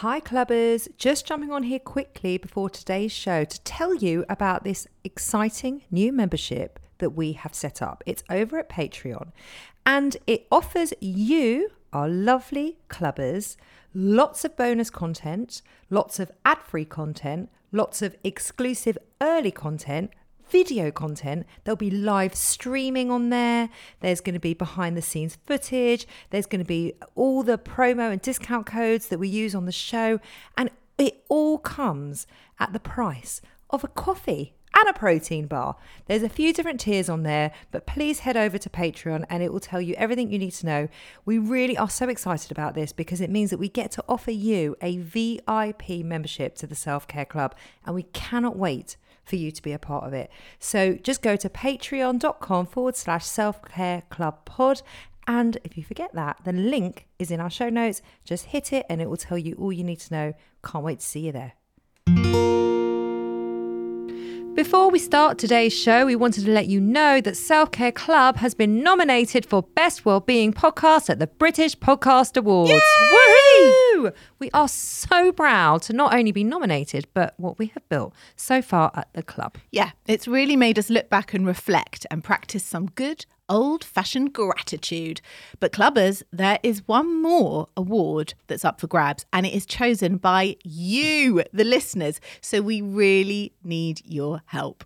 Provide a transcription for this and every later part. Hi, clubbers. Just jumping on here quickly before today's show to tell you about this exciting new membership that we have set up. It's over at Patreon and it offers you, our lovely clubbers, lots of bonus content, lots of ad free content, lots of exclusive early content video content. There'll be live streaming on there. There's going to be behind the scenes footage. There's going to be all the promo and discount codes that we use on the show. And it all comes at the price of a coffee and a protein bar. There's a few different tiers on there, but please head over to Patreon and it will tell you everything you need to know. We really are so excited about this because it means that we get to offer you a VIP membership to the Self Care Club and we cannot wait for you to be a part of it. So just go to patreon.com forward slash self care club pod. And if you forget that, the link is in our show notes. Just hit it and it will tell you all you need to know. Can't wait to see you there. Before we start today's show, we wanted to let you know that Self Care Club has been nominated for Best Wellbeing Podcast at the British Podcast Awards. Woohoo! We are so proud to not only be nominated, but what we have built so far at the club. Yeah, it's really made us look back and reflect and practice some good old fashioned gratitude. But, clubbers, there is one more award that's up for grabs and it is chosen by you, the listeners. So, we really need your help.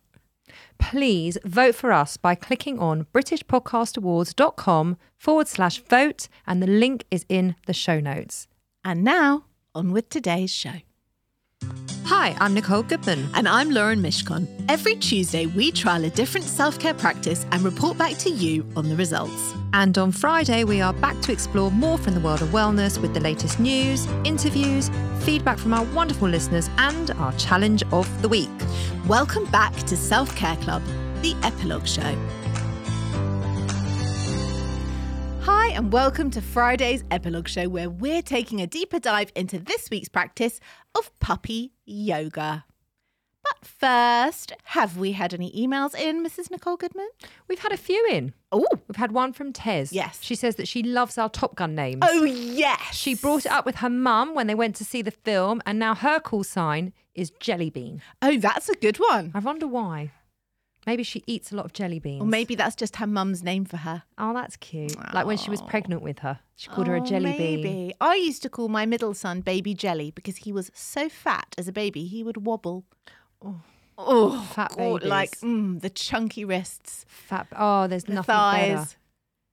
Please vote for us by clicking on BritishPodcastAwards.com forward slash vote, and the link is in the show notes. And now, on with today's show. Hi, I'm Nicole Goodman. And I'm Lauren Mishkon. Every Tuesday, we trial a different self care practice and report back to you on the results. And on Friday, we are back to explore more from the world of wellness with the latest news, interviews, feedback from our wonderful listeners, and our challenge of the week. Welcome back to Self Care Club, the epilogue show. Hi, and welcome to Friday's epilogue show, where we're taking a deeper dive into this week's practice of puppy yoga. But first, have we had any emails in, Mrs. Nicole Goodman? We've had a few in. Oh, We've had one from Tez. Yes. She says that she loves our Top Gun names. oh yes. She brought it up with her mum when they went to see the film, and now her call sign is Jelly Bean. Oh, that's a good one. I wonder why. Maybe she eats a lot of jelly beans. Or maybe that's just her mum's name for her. Oh, that's cute. Like when she was Oh. pregnant with her, she called her a Oh, jelly bean. maybe. I used to call my middle son Baby Jelly because he was so fat as a baby he would wobble. Oh, Fat God, like babies. mm, the chunky wrists, Fat. Oh, there's the nothing thighs. better.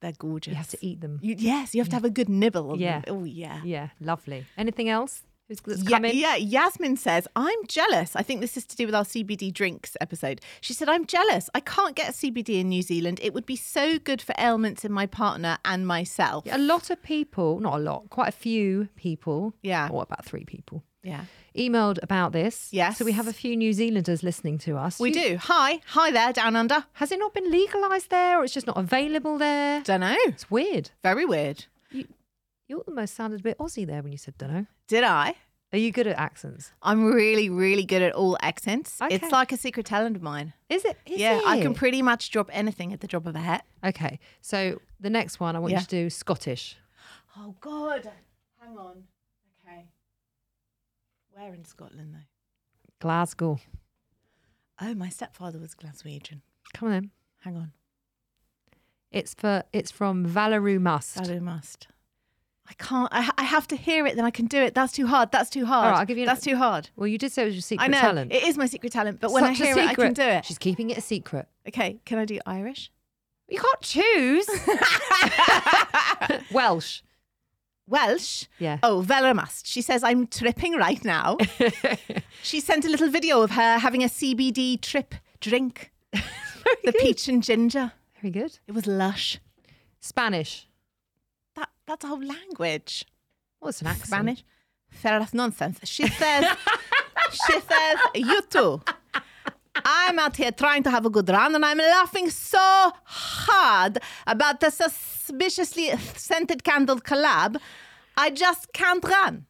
They're gorgeous. You have to eat them. You- yes, you have to have a good nibble. On Yeah. Them. Oh yeah. Yeah, lovely. Anything else that's that's Yeah, coming? yeah, Yasmin says, I'm jealous. I think this is to do with our CBD drinks episode. She said, I'm jealous. I can't get CBD in New Zealand. It would be so good for ailments in my partner and myself. A lot of people, not a lot, quite a few people. Yeah. Or about three people. Yeah. Emailed about this. Yes. So we have a few New Zealanders listening to us. We You- do. Hi. Hi there, down under. Has it not been legalised there or it's just not available there? Don't know. It's weird. Very weird. You almost sounded a bit Aussie there when you said dunno. Did I? Are you good at accents? I'm really, really good at all accents. Okay. It's like a secret talent of mine. Is it? is yeah, I can it? pretty much drop anything at the drop of a hat. Okay, so the next one I want Yeah. you to do Scottish. Oh God! Hang on. Okay. Where in Scotland though? Glasgow. Oh, my stepfather was Glaswegian. Come on then. Hang on. It's for it's from Valaroo Must. That I must. I can't. I, ha- I have to hear it. Then I can do it. That's too hard. That's too hard. All right, I'll give you an- That's too hard. Well, you did say it was your secret I know talent. it is my secret talent, but when I Such a hear it, I can secret. do it. She's keeping it a secret. Okay, can I do Irish? You can't choose. Welsh. Welsh. Yeah. Oh, Vela Mast. She says, I'm tripping right now. she sent a little video of her having a CBD trip drink, the peach and ginger. Very good. It was lush. Spanish. That, that's a whole language. What's an accent? Spanish. Fair enough nonsense. She says, she says, you too. I'm out here trying to have a good run and I'm laughing so hard about the suspiciously scented candle collab. I just can't run.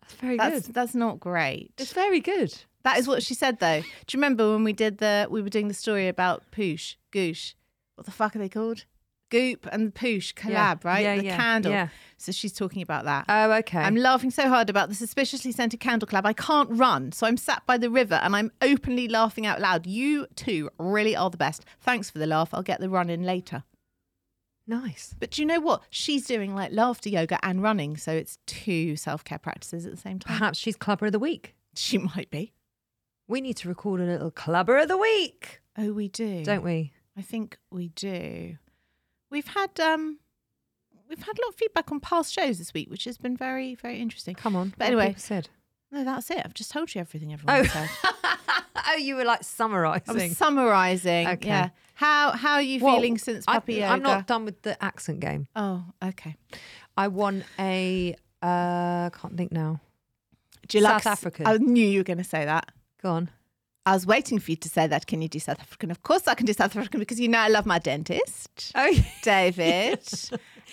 That's very That's good. that's not great. It's very good. That is what she said, though. Do you remember when we did the we were doing the story about Poosh Goosh? What the fuck are they called? Goop and the Poosh collab, Yeah. right? Yeah, the yeah, candle. yeah. So she's talking about that. Oh, okay. I'm laughing so hard about the suspiciously scented candle club. I can't run, so I'm sat by the river and I'm openly laughing out loud. You two really are the best. Thanks for the laugh. I'll get the run in later. nice. But do you know what? She's doing like laughter yoga and running, so it's two self care practices at the same time. Perhaps she's clubber of the week. She might be. We need to record a little clubber of the week, Oh, we do, don't we? I think we do. We've had um, we've had a lot of feedback on past shows this week, which has been very, very interesting. Come on. But what anyway, people said. no, that's it. I've just told you everything everyone Oh. said. oh, you were like I summarising. was summarising. Okay. Yeah. How how are you Well, feeling since I- puppy yoga? I'm not done with the accent game. Oh, okay. I won a. Uh, can't think now. Do you South like s- African. I knew you were going to say that. Go on. I was waiting for you to say that. Can you do South African? Of course, I can do South African because you know I love my dentist, Oh, David.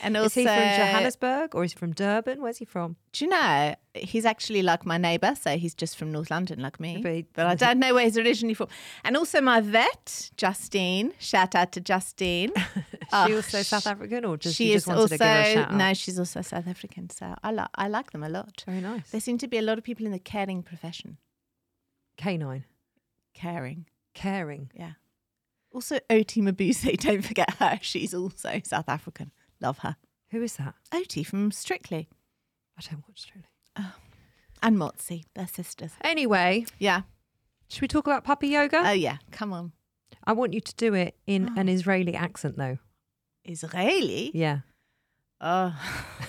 and also, is he from Johannesburg or is he from Durban? Where's he from? do you know he's actually like my neighbour? So he's just from North London, like me. But he- But I don't know where he's originally from. And also my vet, Justine. Shout out to Justine. she Oh, also South African or just she you just is wanted also to give her a shout out? no, she's also South African. So I like I like them a lot. Very nice. There seem to be a lot of people in the caring profession. Canine. Caring, Caring. yeah. Also, Oti Mabuse, don't forget her. She's also South African. Love her. Who is that? Oti from Strictly I don't watch Strictly. and Motzi, they're sisters. Anyway, Yeah. should we talk about puppy yoga? Oh, yeah. Come on. I want you to do it in an Israeli accent, though. Israeli? Yeah. Oh.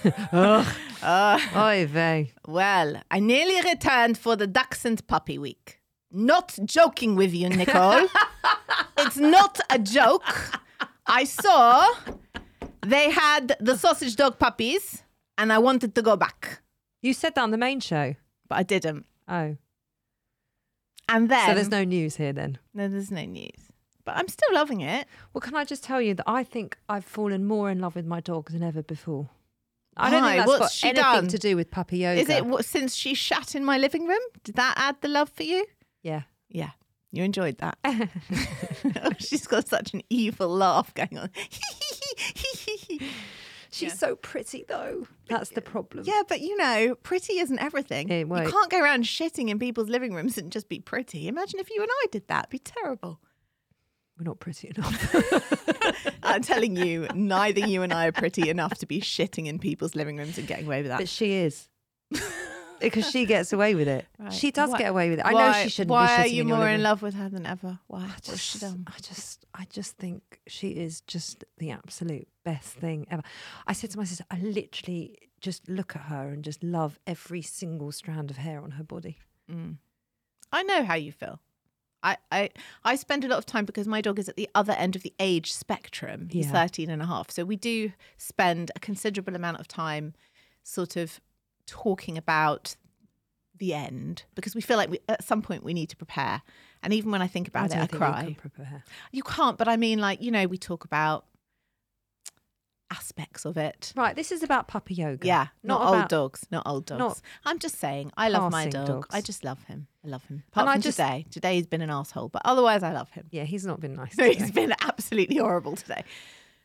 oh. Oy vey. Well, I nearly returned for the Dachshund Puppy Week. Not joking with you, Nicole. it's not a joke. I saw they had the sausage dog puppies and I wanted to go back, You said that on the main show. but I didn't. Oh. And then. so there's no news here then. no, there's no news. But I'm still loving it. Well, can I just tell you that I think I've fallen more in love with my dog than ever before. I don't Why? think that's What's got she anything done? to do with puppy yoga. Is it what, since she shat in my living room? Did that add the love for you? Yeah. Yeah. You enjoyed that. Oh, she's got such an evil laugh going on. She's so pretty though. That's the problem. Yeah, but you know, pretty isn't everything. It you won't. can't go around shitting in people's living rooms and just be pretty. Imagine if you and I did that. It'd be terrible. We're not pretty enough. I'm telling you, neither you and I are pretty enough to be shitting in people's living rooms and getting away with that. But she is. because she gets away with it. Right. She does Why- get away with it. I know why- she shouldn't Why be are shitting you in your more living in love with her than ever? Why? I What's she just, done? I just, I just think she is just the absolute best thing ever. I said to my sister, I literally just look at her and just love every single strand of hair on her body. I know how you feel. I, I I spend a lot of time because my dog is at the other end of the age spectrum. He's Yeah. 13 and a half. So we do spend a considerable amount of time sort of talking about the end because we feel like we, at some point we need to prepare. And even when I think about don't it, I think you cry. can prepare. you can't, but I mean, like, you know, we talk about aspects of it. Right, this is about puppy yoga. Yeah, not, old about- dogs, not old dogs. not I'm just saying, I love my passing dog. dogs. I just love him. I love him. Apart And I from just- today, today he's been an asshole, but otherwise, I love him. Yeah, he's not been nice. No, today. he's been absolutely horrible today.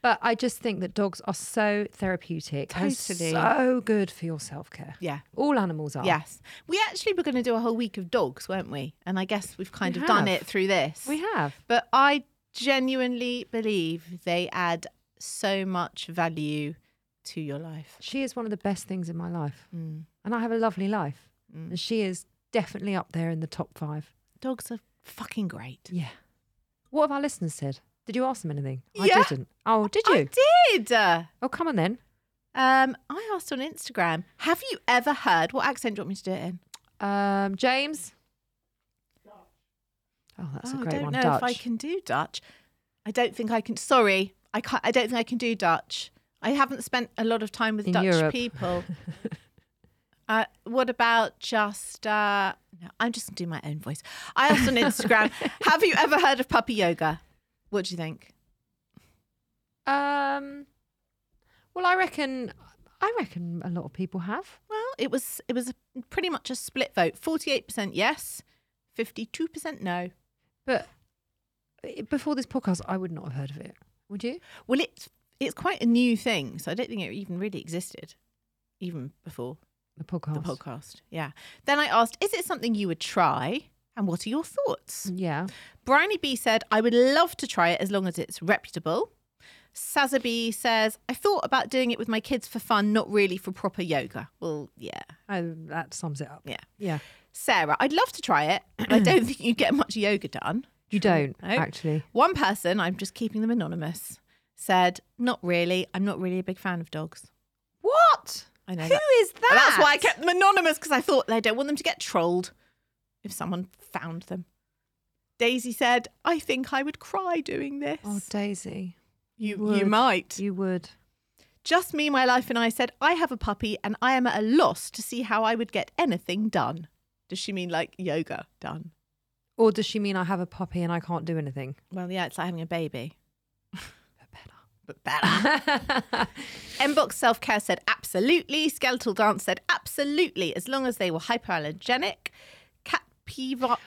But I just think that dogs are so therapeutic and Totally. so good for your self care. Yeah. All animals are. Yes, we actually were going to do a whole week of dogs, weren't we? And I guess we've kind We of done have. it through this. We have. But I genuinely believe they add so much value to your life. She is one of the best things in my life. And I have a lovely life. Mm. And she is definitely up there in the top five. Dogs are fucking great. Yeah. What have our listeners said? Did you ask them anything? Yeah. I didn't. Oh, did you? I did. Uh, Oh, come on then. Um, I asked on Instagram, have you ever heard what accent do you want me to do it in? Um, James? Oh, that's Oh, a great I don't one. know Dutch. if I can do Dutch. I don't think I can. Sorry, I can't. I don't think I can do Dutch. I haven't spent a lot of time with In Dutch Europe. people. uh, what about just? Uh, no, I'm just gonna do my own voice. I asked on Instagram, have you ever heard of puppy yoga? What do you think? Um, well, I reckon, I reckon a lot of people have. Well, it was it was a, pretty much a split vote. Forty eight percent yes, fifty two percent no. eh, But before this podcast, I would not have heard of it. Would you? Well, it's it's quite a new thing, so I don't think it even really existed, even before The podcast. the podcast. Yeah. Then I asked, is it something you would try? And what are your thoughts? Yeah. Briny B said, I would love to try it as long as it's reputable. Sazaby says, I thought about doing it with my kids for fun, not really for proper yoga. Well, yeah, Oh, that sums it up. yeah. Yeah. Sarah, I'd love to try it, but I don't think you get much yoga done. You don't, No. actually. One person, I'm just keeping them anonymous, said, Not really. I'm not really a big fan of dogs. What? I know. Who that- is that? And That's why I kept them anonymous because I thought I don't want them to get trolled if someone found them. Daisy said, I think I would cry doing this. Oh, Daisy. you, you would. might. You would. Just me, my life, and I said, I have a puppy and I am at a loss to see how I would get anything done. Does she mean like yoga done? Or does she mean I have a puppy and I can't do anything? Well, yeah, it's like having a baby, But better. but better. Mbox Self Care said absolutely. Skeletal Dance said absolutely, as long as they were hypoallergenic. Cat Piva.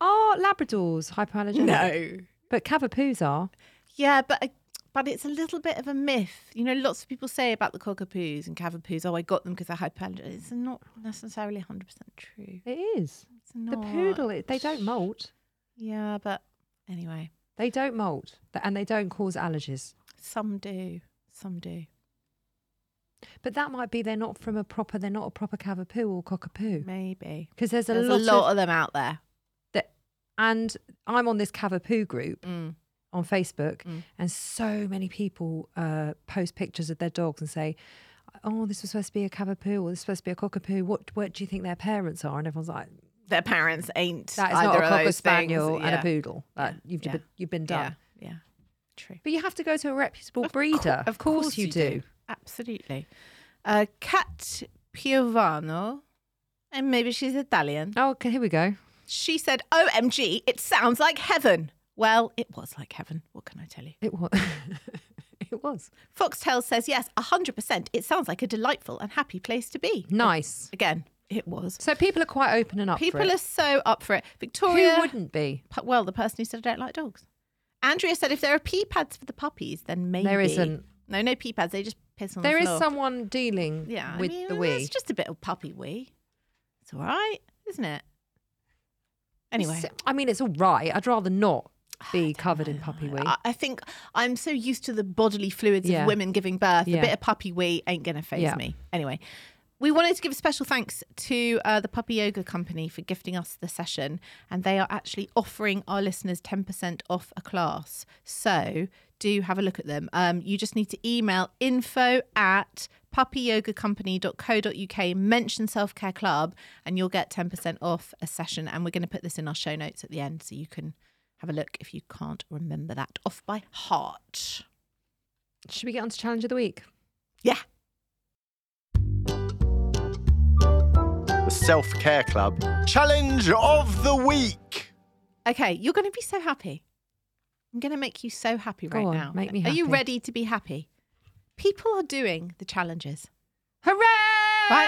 Are Labradors hypoallergenic? No. But Cavapoos are. Yeah, but uh, but it's a little bit of a myth. You know, lots of people say about the cockapoos and cavapoos, oh, I got them because they're hypoallergenic. It's not necessarily 100% true. It is. It's not. The poodle, it- they don't molt. Yeah, but anyway, They don't molt Th- and they don't cause allergies. some do. Some do. Mm. But that might be they're not from a proper, they're not a proper Cavapoo or Cockapoo. Maybe. Because there's a There's lot, of, them out there. that. And I'm on this Cavapoo group Mm. on Facebook, and so many people uh, post pictures of their dogs and say, "Oh, this was supposed to be a Cavapoo, or this was supposed to be a Cockapoo. What what do you think their parents are?" And everyone's like, Their parents ain't. "That is either not a of cocker those things. spaniel and Yeah. a poodle. That Yeah. you've Yeah. been, you've been done." Yeah. yeah. True. But you have to go to a reputable breeder. Of course, you, do. Absolutely. Uh, Kat Piovano, and maybe she's Italian. Oh, okay, here we go. She said, "OMG, it sounds like heaven." Well, it was like heaven. What can I tell you? It was. it was Foxtail says, "Yes, hundred percent. It sounds like a delightful and happy place to be." nice. Again, it was. So people are quite open and up. for People it. are so up for it. Victoria, Who wouldn't be? P- well, the person who said, "I don't like dogs." Andrea said, "If there are pee pads for the puppies, then maybe There isn't. No, no pee pads. They just piss on There the is floor." someone dealing Oh, Yeah, with I mean, the wee. It's just a bit of puppy wee. It's all right, isn't it? Anyway, Ah, It's- I mean, it's all right. I'd rather not be covered in puppy wee. I, I think I'm so used to the bodily fluids Yeah. of women giving birth. Yeah. A bit of puppy wee ain't gonna phase Yeah. me. Anyway, we wanted to give a special thanks to uh, the Puppy Yoga Company for gifting us the session, and they are actually offering our listeners 10% off a class. So do have a look at them. Um, you just need to email info at puppyyogacompany.co.uk, mention self care club, and you'll get 10% off a session. And we're going to put this in our show notes at the end so you can have a look if you can't remember that off by heart. Should we get on to challenge of the week? Yeah. The Self Care Club Challenge of the Week. Okay, you're going to be so happy. I'm going to make you so happy Go right on, now. make me Are you happy. ready to be happy? People are doing the challenges. Hooray!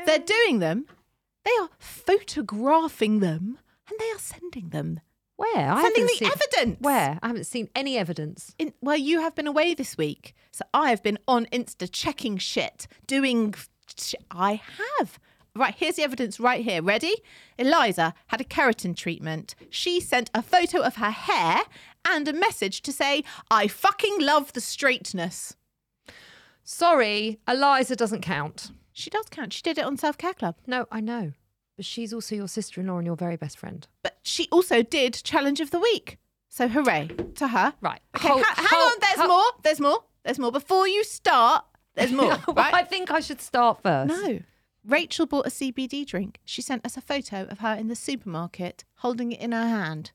Um, They're doing them. They are photographing them and they are sending them. Where? I sending haven't the seen- evidence. Where? I haven't seen any evidence. In, well, you have been away this week, so I have been on Insta checking shit, doing. Sh- I have. Right, here's the evidence right here. Ready? Eliza had a keratin treatment. She sent a photo of her hair and a message to say, I fucking love the straightness. Sorry, Eliza doesn't count. She does count. She did it on Self Care Club. No, I know. But she's also your sister in law and your very best friend. But she also did Challenge of the Week. So hooray to her. Right. Okay, Hold- ha- hang hold- on. There's hold- more. There's more. There's more. Before you start, there's more. right? I think I should start first. No. Rachel bought a CBD drink. She sent us a photo of her in the supermarket holding it in her hand.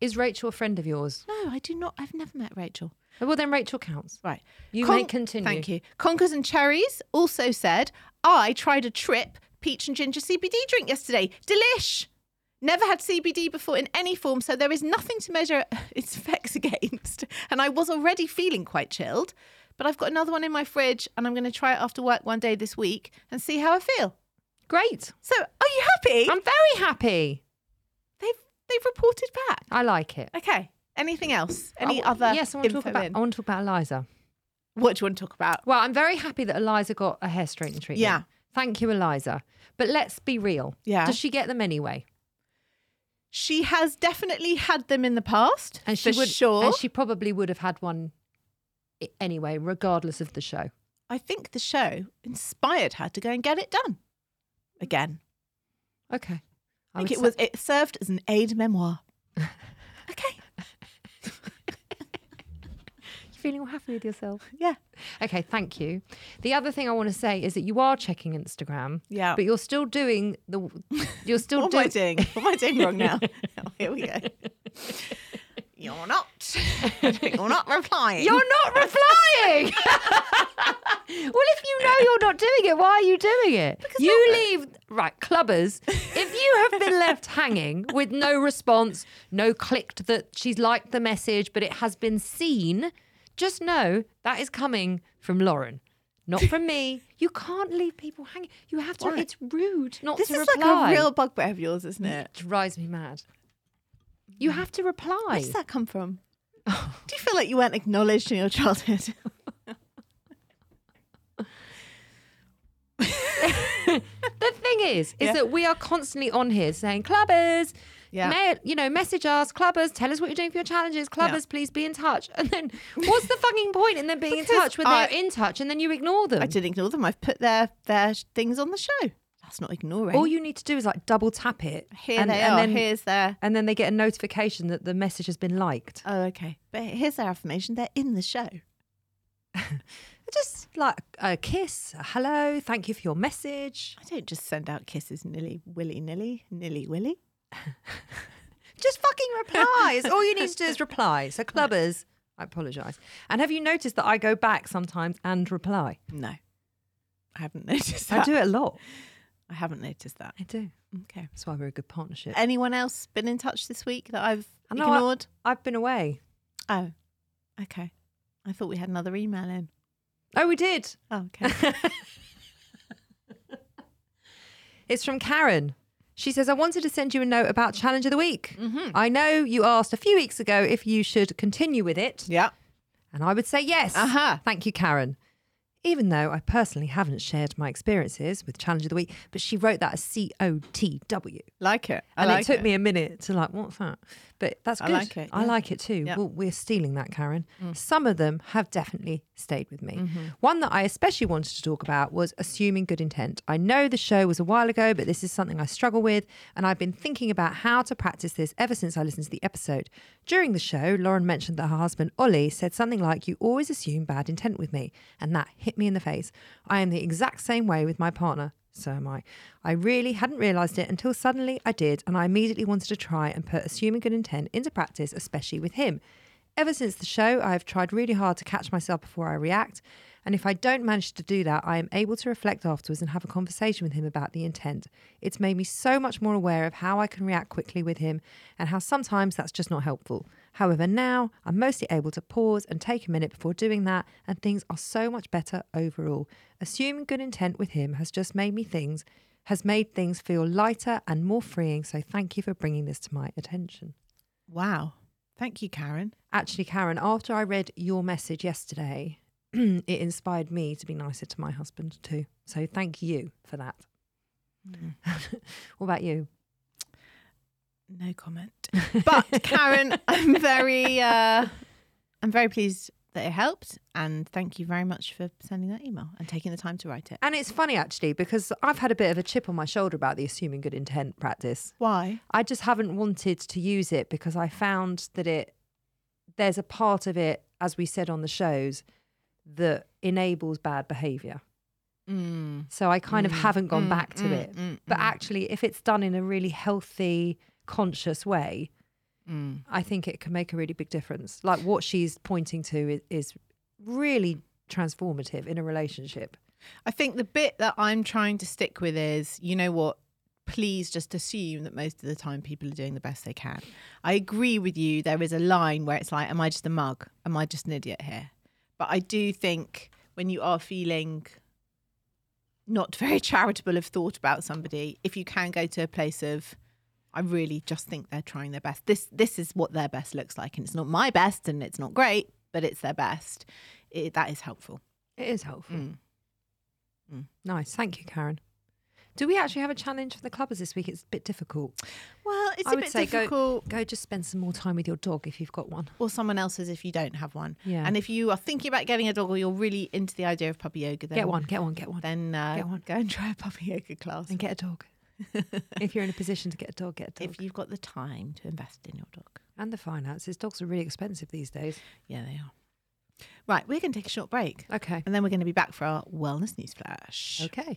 Is Rachel a friend of yours? No, I do not. I've never met Rachel. Well, then Rachel counts. Right. You may continue. Thank you. Conkers and Cherries also said, I tried a trip peach and ginger CBD drink yesterday. Delish. Never had CBD before in any form, so there is nothing to measure its effects against. And I was already feeling quite chilled, but I've got another one in my fridge and I'm going to try it after work one day this week and see how I feel. Great. So, are you happy? I'm very happy. They've they've reported back. I like it. Okay. Anything else? Any other? Yes, I want to talk info about. in? I want to talk about Eliza. What do you want to talk about? Well, I'm very happy that Eliza got a hair straightening treatment. Yeah. Thank you, Eliza. But let's be real. Yeah. Does she get them anyway? She has definitely had them in the past, And she for would. sure. And she probably would have had one i- anyway, regardless of the show. I think the show inspired her to go and get it done again. Okay. I think would it was it served as an aide memoir. okay, say- You feeling all happy with yourself? yeah, Okay, thank you. The other thing I want to say is that you are checking Instagram. Yeah. Oh But you're still doing the. You're still What am I doing. doing? What am I doing wrong now? Oh, here we go. You're not. You're not replying. You're not replying. well, if you know you're not doing it, why are you doing it? you leave right clubbers. if you have been left hanging with no response, no clicked that she's liked the message, but it has been seen, just know that is coming from Lauren. Not from me. You can't leave people hanging. You have to. Why? It's rude not this to is reply. like a real bugbear of yours, isn't it? drives me mad. You Mm. have to Where reply. does that come from? Do you feel like you weren't acknowledged in your childhood? The thing is, is Yeah. that we are constantly on here saying, clubbers, Yeah. mail, you know, message us, clubbers, tell us what you're doing for your challenges, clubbers, please be in touch. And then what's the fucking point in them being in Because touch when I- they're in touch and then you ignore them? I didn't ignore them. I've put their their things on the show. That's not ignoring. All you need to do is like double tap it. Here and, they and are. Then, Here's their. and then they get a notification that the message has been liked. Oh, okay. But here's their affirmation. They're in the show. Just like a kiss, a hello, thank you for your message. I don't just send out kisses nilly willy nilly nilly willy. Just fucking replies. All you need to do is reply. So, clubbers, I apologise. And have you noticed that I go back sometimes and reply? No, I haven't noticed that. I do it a lot. I haven't noticed that. I do. Okay. That's why we're a good partnership. Anyone else been in touch this week that I've I know, ignored? I, have been away. Oh, okay. I thought we had another email in. Oh, we did. Oh, okay. It's from Karen. She says, I wanted to send you a note about Challenge of the Week. I know you asked a few weeks ago if you should continue with it, yeah. and I would say yes. Uh-huh. Thank you, Karen. Even though I personally haven't shared my experiences with Challenge of the Week, but she wrote that as C O T W. Like it. I And like it took me a minute to like, what's that? But that's I good. like it, I yeah. like it too. Yeah. Mm. Well, we're stealing that, Karen. Some of them have definitely stayed with me. Mm-hmm. One that I especially wanted to talk about was assuming good intent. I know the show was a while ago, but this is something I struggle with. And I've been thinking about how to practice this ever since I listened to the episode. During the show, Lauren mentioned that her husband, Ollie, said something like, You always assume bad intent with me. And that hit me in the face. I am the exact same way with my partner. So am I. I really hadn't realised it until suddenly I did, and I immediately wanted to try and put assuming good intent into practice, especially with him. Ever since the show, I have tried really hard to catch myself before I react, and if I don't manage to do that, I am able to reflect afterwards and have a conversation with him about the intent. It's made me so much more aware of how I can react quickly with him and how sometimes that's just not helpful. However, now I'm mostly able to pause and take a minute before doing that, and things are so much better overall. Assuming good intent with him has just made me things has made things feel lighter and more freeing. So thank you for bringing this to my attention. Wow. Thank you, Karen. Actually, Karen, after I read your message yesterday, it inspired me to be nicer to my husband too. So thank you for that. what about you? No comment. But Karen, I'm very uh I'm very pleased that it helped and thank you very much for sending that email and taking the time to write it. And it's funny actually because I've had a bit of a chip on my shoulder about the assuming good intent practice. Why? I just haven't wanted to use it because I found that it there's a part of it, as we said on the shows, that enables bad behaviour. Mm. So I kind of haven't gone back to it. but actually, if it's done in a really healthy, conscious way, Mm. I think it can make a really big difference. Like what she's pointing to is, is really transformative in a relationship. I think the bit that I'm trying to stick with is, you know what? Please just assume that most of the time people are doing the best they can. I agree with you. There is a line where it's like, am I just a mug? Am I just an idiot here? But I do think when you are feeling not very charitable of thought about somebody, if you can go to a place of, I really just think they're trying their best. This this is what their best looks like, and it's not my best, and it's not great, but it's their best. It, that is helpful. It is helpful. Mm. Nice. Thank you, Karen. Do we actually have a challenge for the clubbers this week? It's a bit difficult. Well, it's I a would bit say difficult. Go, go just spend some more time with your dog if you've got one. or someone else's if you don't have one. Yeah. And if you are thinking about getting a dog or you're really into the idea of puppy yoga, then Get one, get one, get one. Then uh, Get one. go and try a puppy yoga class and get a dog. if you're in a position to get a dog, get a dog. if you've got the time to invest in your dog. and the finances. Dogs are really expensive these days. Yeah, they are. Right, we're going to take a short break, Okay. and then we're going to be back for our wellness news flash. Okay.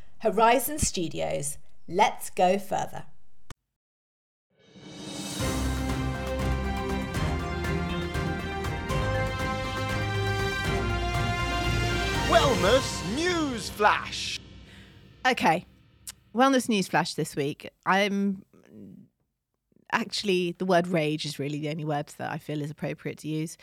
Horizon Studios, let's go further. Wellness News Flash. Okay. Wellness news flash this week. I'm actually the word rage is really the only word that I feel is appropriate to use.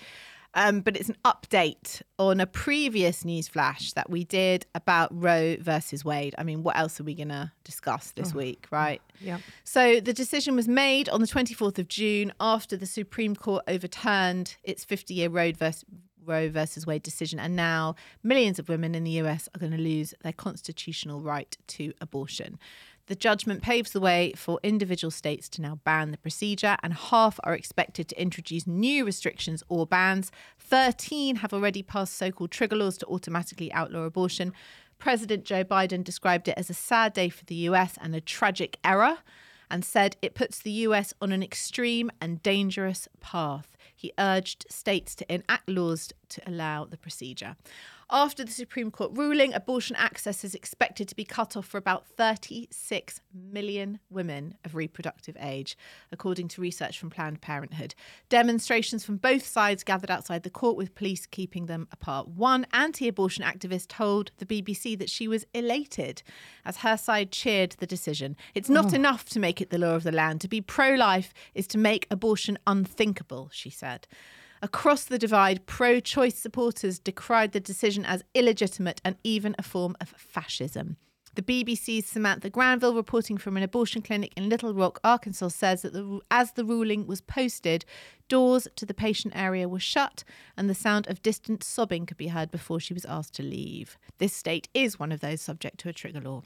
Um, but it's an update on a previous news flash that we did about Roe versus Wade. I mean, what else are we going to discuss this week, right? Yep. So the decision was made on the 24th of June after the Supreme Court overturned its 50 year Roe versus, Roe versus Wade decision. And now millions of women in the US are going to lose their constitutional right to abortion. The judgment paves the way for individual states to now ban the procedure, and half are expected to introduce new restrictions or bans. 13 have already passed so called trigger laws to automatically outlaw abortion. President Joe Biden described it as a sad day for the US and a tragic error and said it puts the US on an extreme and dangerous path. He urged states to enact laws to allow the procedure. After the Supreme Court ruling, abortion access is expected to be cut off for about 36 million women of reproductive age, according to research from Planned Parenthood. Demonstrations from both sides gathered outside the court with police keeping them apart. One anti abortion activist told the BBC that she was elated as her side cheered the decision. It's not enough to make it the law of the land. To be pro life is to make abortion unthinkable, she said. Across the divide, pro choice supporters decried the decision as illegitimate and even a form of fascism. The BBC's Samantha Granville, reporting from an abortion clinic in Little Rock, Arkansas, says that the, as the ruling was posted, doors to the patient area were shut and the sound of distant sobbing could be heard before she was asked to leave. This state is one of those subject to a trigger law.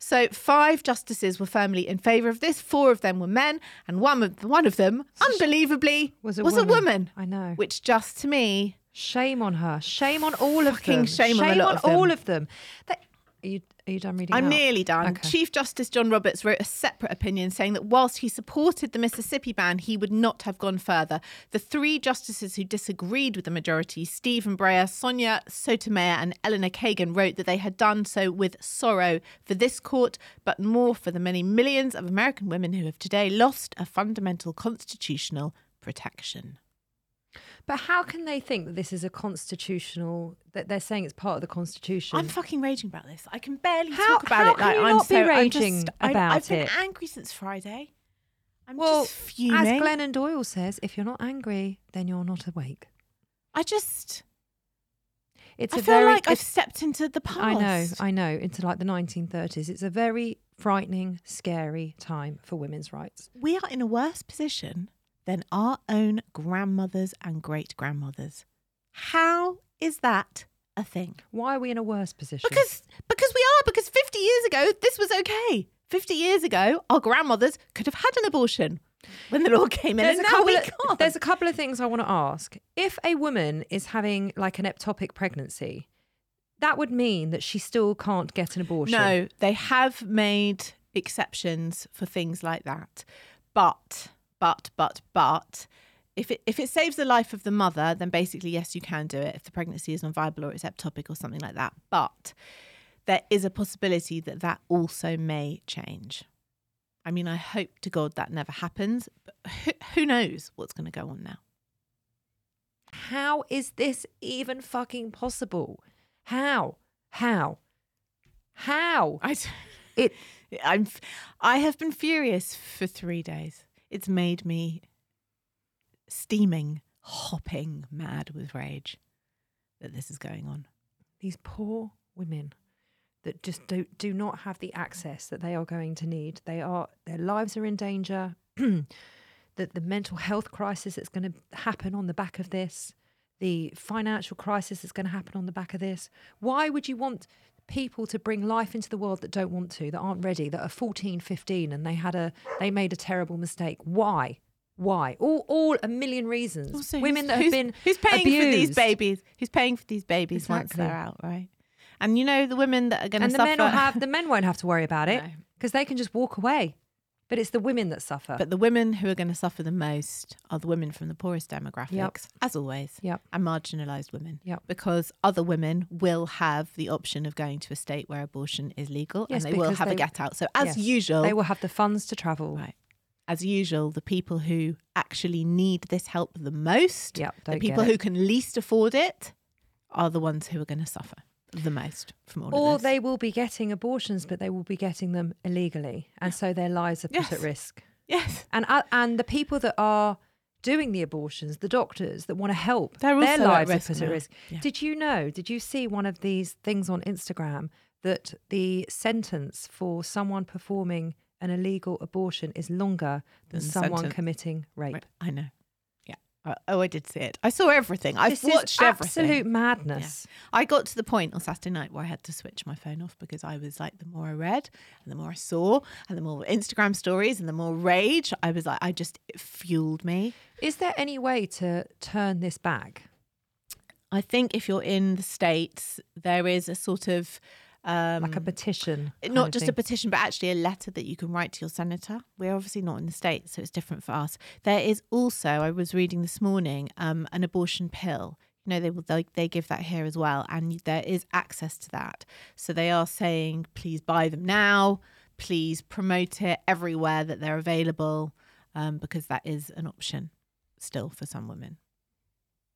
So five justices were firmly in favour of this. Four of them were men, and one of one of them, unbelievably, Was a woman. woman. I know. Which just to me, Shame on her. Shame on all of Fucking them. shame on a lot of them. all of them. That, are, you, are you done reading I'm out? nearly done. Okay. Chief Justice John Roberts wrote a separate opinion saying that whilst he supported the Mississippi ban, he would not have gone further. The three justices who disagreed with the majority, Stephen Breyer, Sonia Sotomayor, and Eleanor Kagan, wrote that they had done so with sorrow for this court, but more for the many millions of American women who have today lost a fundamental constitutional protection. But how can they think that this is a constitutional? That they're saying it's part of the constitution. I'm fucking raging about this. I can barely How- talk about how it. can Like you I'm not be so I'm raging just- I- about I've been it? angry since Friday. I'm well, just fuming. as Glennon Doyle says, if you're not angry, then you're not awake. I just It's I a feel very like I've it's- stepped into the past. I know, I know, into like the 1930s. It's a very frightening, scary time for women's rights. we are in a worse position than our own grandmothers and great grandmothers. How is that a thing? Why are we in a worse position? Because because we are because 50 years ago this was okay. 50 years ago our grandmothers could have had an abortion when the law came in there's and a, now couple we of, can't. there's a couple of things I want to ask. If a woman is having like an ectopic pregnancy, that would mean that she still can't get an abortion. No, they have made exceptions for things like that. But, but, but, but, if it, if it saves the life of the mother, then basically, yes, you can do it if the pregnancy is non-viable or it's ectopic or something like that. But there is a possibility that that also may change. I mean, I hope to God that never happens, but who, who knows what's going to go on now? How is this even fucking possible? How? How? How? I, It I'm, f- I have been furious for three days. It's made me steaming, hopping mad with rage that this is going on. these poor women that just do, do not have the access that they are going to need. They are their lives are in danger. that the mental health crisis that's going to happen on the back of this, the financial crisis that's going to happen on the back of this. Why would you want people to bring life into the world that don't want to, that aren't ready, that are 14, 15 and they had a they made a terrible mistake? Why? Why? All all a million reasons. Also, Women who's- that have who's- been who's paying for these abused. babies? Who's paying for these babies once Exactly. they're out, right? And you know the women that are going to and the suffer. men will have the men won't have to worry about it No. because they can just walk away. But it's the women that suffer. but the women who are going to suffer the most are the women from the poorest demographics, as always, Yep. and marginalised women. Yep. Because other women will have the option of going to a state where abortion is legal Yes, and they will because have a they- get out. So, as Yes. usual, they will have the funds to travel. Right. As usual, the people who actually need this help the most, Yep, the don't get people it. who can least afford it, are the ones who are going to suffer the most from all Or of this. they will be getting abortions, but they will be getting them illegally, and so their lives are put Yes. at risk. yes, And uh, and the people that are doing the abortions, the doctors that want to help, They're their also at lives risk are put at now. risk. Yeah. Did you know? Did you see one of these things on Instagram that the sentence for someone performing an illegal abortion is longer than Than someone sentence- committing rape? Right, I know. Yeah. Uh, Oh, I did see it. I saw everything. I've this is watched absolute everything. Yeah. madness. I got to the point on Saturday night where I had to switch my phone off because I was like, the more I read and the more I saw and the more Instagram stories and the more rage, I was like, I just, it fueled me. Is there any way to turn this back? I think if you're in the States, there is a sort of um, Like a petition? kind not of just a thing? petition, but actually a letter that you can write to your senator. We're obviously not in the States, so it's different for us. There is also, I was reading this morning, um, an abortion pill. You know, they will they, they give that here as well, and you- there is access to that. So they are saying, please buy them now. Please promote it everywhere that they're available, um, because that is an option still for some women.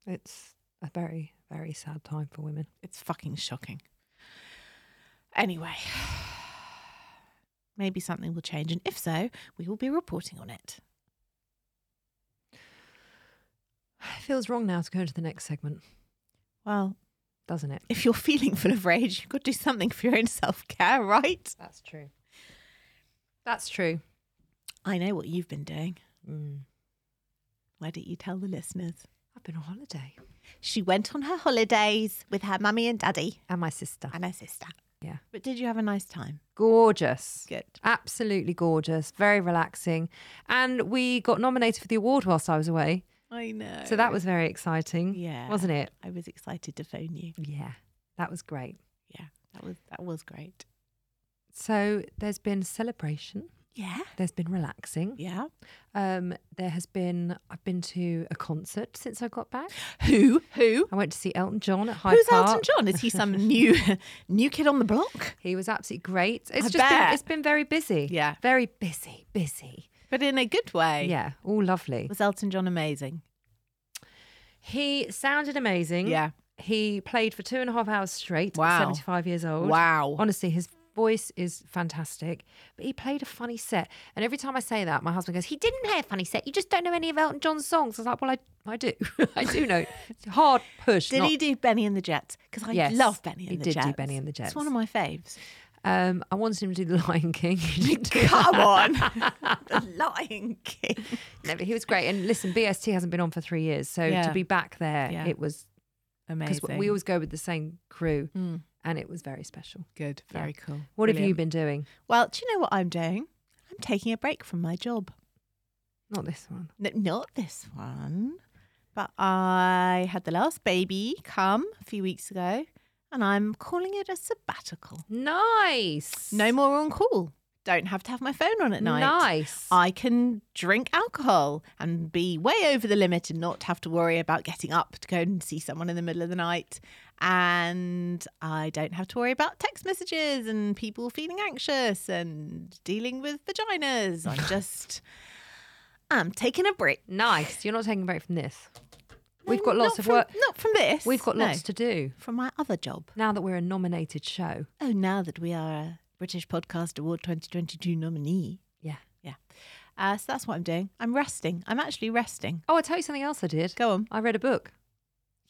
It's a very, very sad time for women. It's fucking shocking. Anyway, maybe something will change. And if so, we will be reporting on it. It feels wrong now to go into the next segment, Well, doesn't it? if you're feeling full of rage, you've got to do something for your own self care, right? That's true. That's true. I know what you've been doing. Mm. Why don't you tell the listeners? I've been on holiday. She went on her holidays with her mummy and daddy And my sister. and her sister. Yeah. But did you have a nice time? Gorgeous. Good. Absolutely gorgeous. Very relaxing. And we got nominated for the award whilst I was away. I know. So that was very exciting. Oh. Yeah. Wasn't it? I was excited to phone you. Yeah. That was great. Yeah. That was that was great. So there's been celebration. Yeah. There's been relaxing. Yeah. Um, there has been, I've been to a concert since I got back. Who? Who? I went to see Elton John at Hyde Who's Park. Elton John? Is he some new new kid on the block? He was absolutely great. It's I just bet. Been, it's been very busy. Yeah. Very busy, busy. But in a good way. Yeah, all lovely. Was Elton John amazing? He sounded amazing. Yeah. He played for two and a half hours straight. Wow. 75 years old. Wow. Honestly, his voice is fantastic. But he played a funny set. And every time I say that, my husband goes, He didn't play a funny set. You just don't know any of Elton John's songs. I was like, Well, I, I do. I do know. It's a hard push. Did not- he do Benny and the Jets? Because I Yes, love Benny and he the did do Jets. Benny and the Jets. It's one of my faves. um, I wanted him to do The Lion King. He didn't do Come on. the Lion King. No, but he was great. And listen, BST hasn't been on for three years, so Yeah. to be back there, Yeah. it was because Amazing. Hmm. we always go with the same crew, and it was very special. good. Very cool. What have you been doing? Well, do you know what I'm doing? I'm taking a break from my job. Not this one. N- not this one, but I had the last baby come a few weeks ago, and I'm calling it a sabbatical. Nice. No more on call. Don't have to have my phone on at night. Nice. I can drink alcohol and be way over the limit and not have to worry about getting up to go and see someone in the middle of the night. And I don't have to worry about text messages and people feeling anxious and dealing with vaginas. I'm just, I'm taking a break. nice. You're not taking a break from this. We've got No, lots not of from- work. Not from this. We've got no, lots to do From my other job. now that we're a nominated show. Oh, now that we are a British Podcast Award 2022 nominee. Yeah. Yeah. Uh, so that's what I'm doing. I'm resting. I'm actually resting. Oh, I tell you something else I did. Go on. I read a book.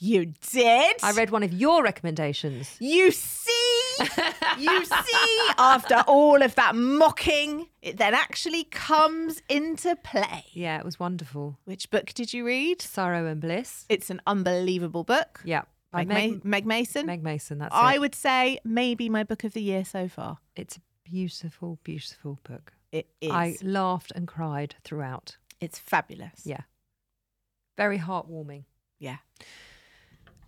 You did? I read one of your recommendations. You see? you see? After all of that mocking, it then actually comes into play. Yeah, it was wonderful. Which book did you read? Sorrow and Bliss. It's an unbelievable book. Yeah, by Meg, Meg, Ma- Meg Mason. Meg Mason. That's I it. would say maybe my book of the year so far. It's a beautiful, beautiful book. It is. I laughed and cried throughout. It's fabulous. Yeah. Very heartwarming. Yeah.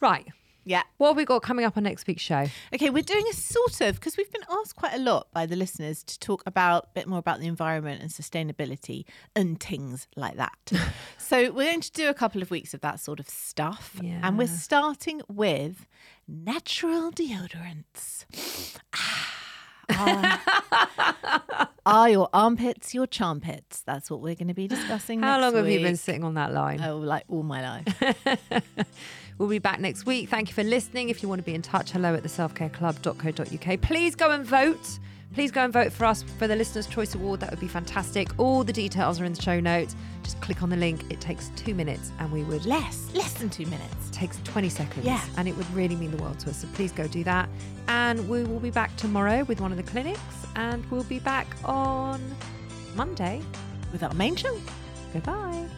Right. Yeah. What have we got coming up on next week's show? Okay, we're doing a sort of because we've been asked quite a lot by the listeners to talk about a bit more about the environment and sustainability and things like that. so we're going to do a couple of weeks of that sort of stuff, and we're Yeah. starting with natural deodorants. Ah, Are your armpits your charmpits? That's what we're going to be discussing. How next long have you been week. sitting on that line? Oh, like all my life. We'll be back next week. Thank you for listening. If you want to be in touch, hello at theselfcareclub.co.uk. Please go and vote. Please go and vote for us for the Listener's Choice Award. That would be fantastic. All the details are in the show notes. Just click on the link. It takes two minutes and we would Less, less than two minutes. takes 20 seconds. Yeah. And it would really mean the world to us. So please go do that. And we will be back tomorrow with one of the clinics. And we'll be back on Monday. With our main show. Goodbye.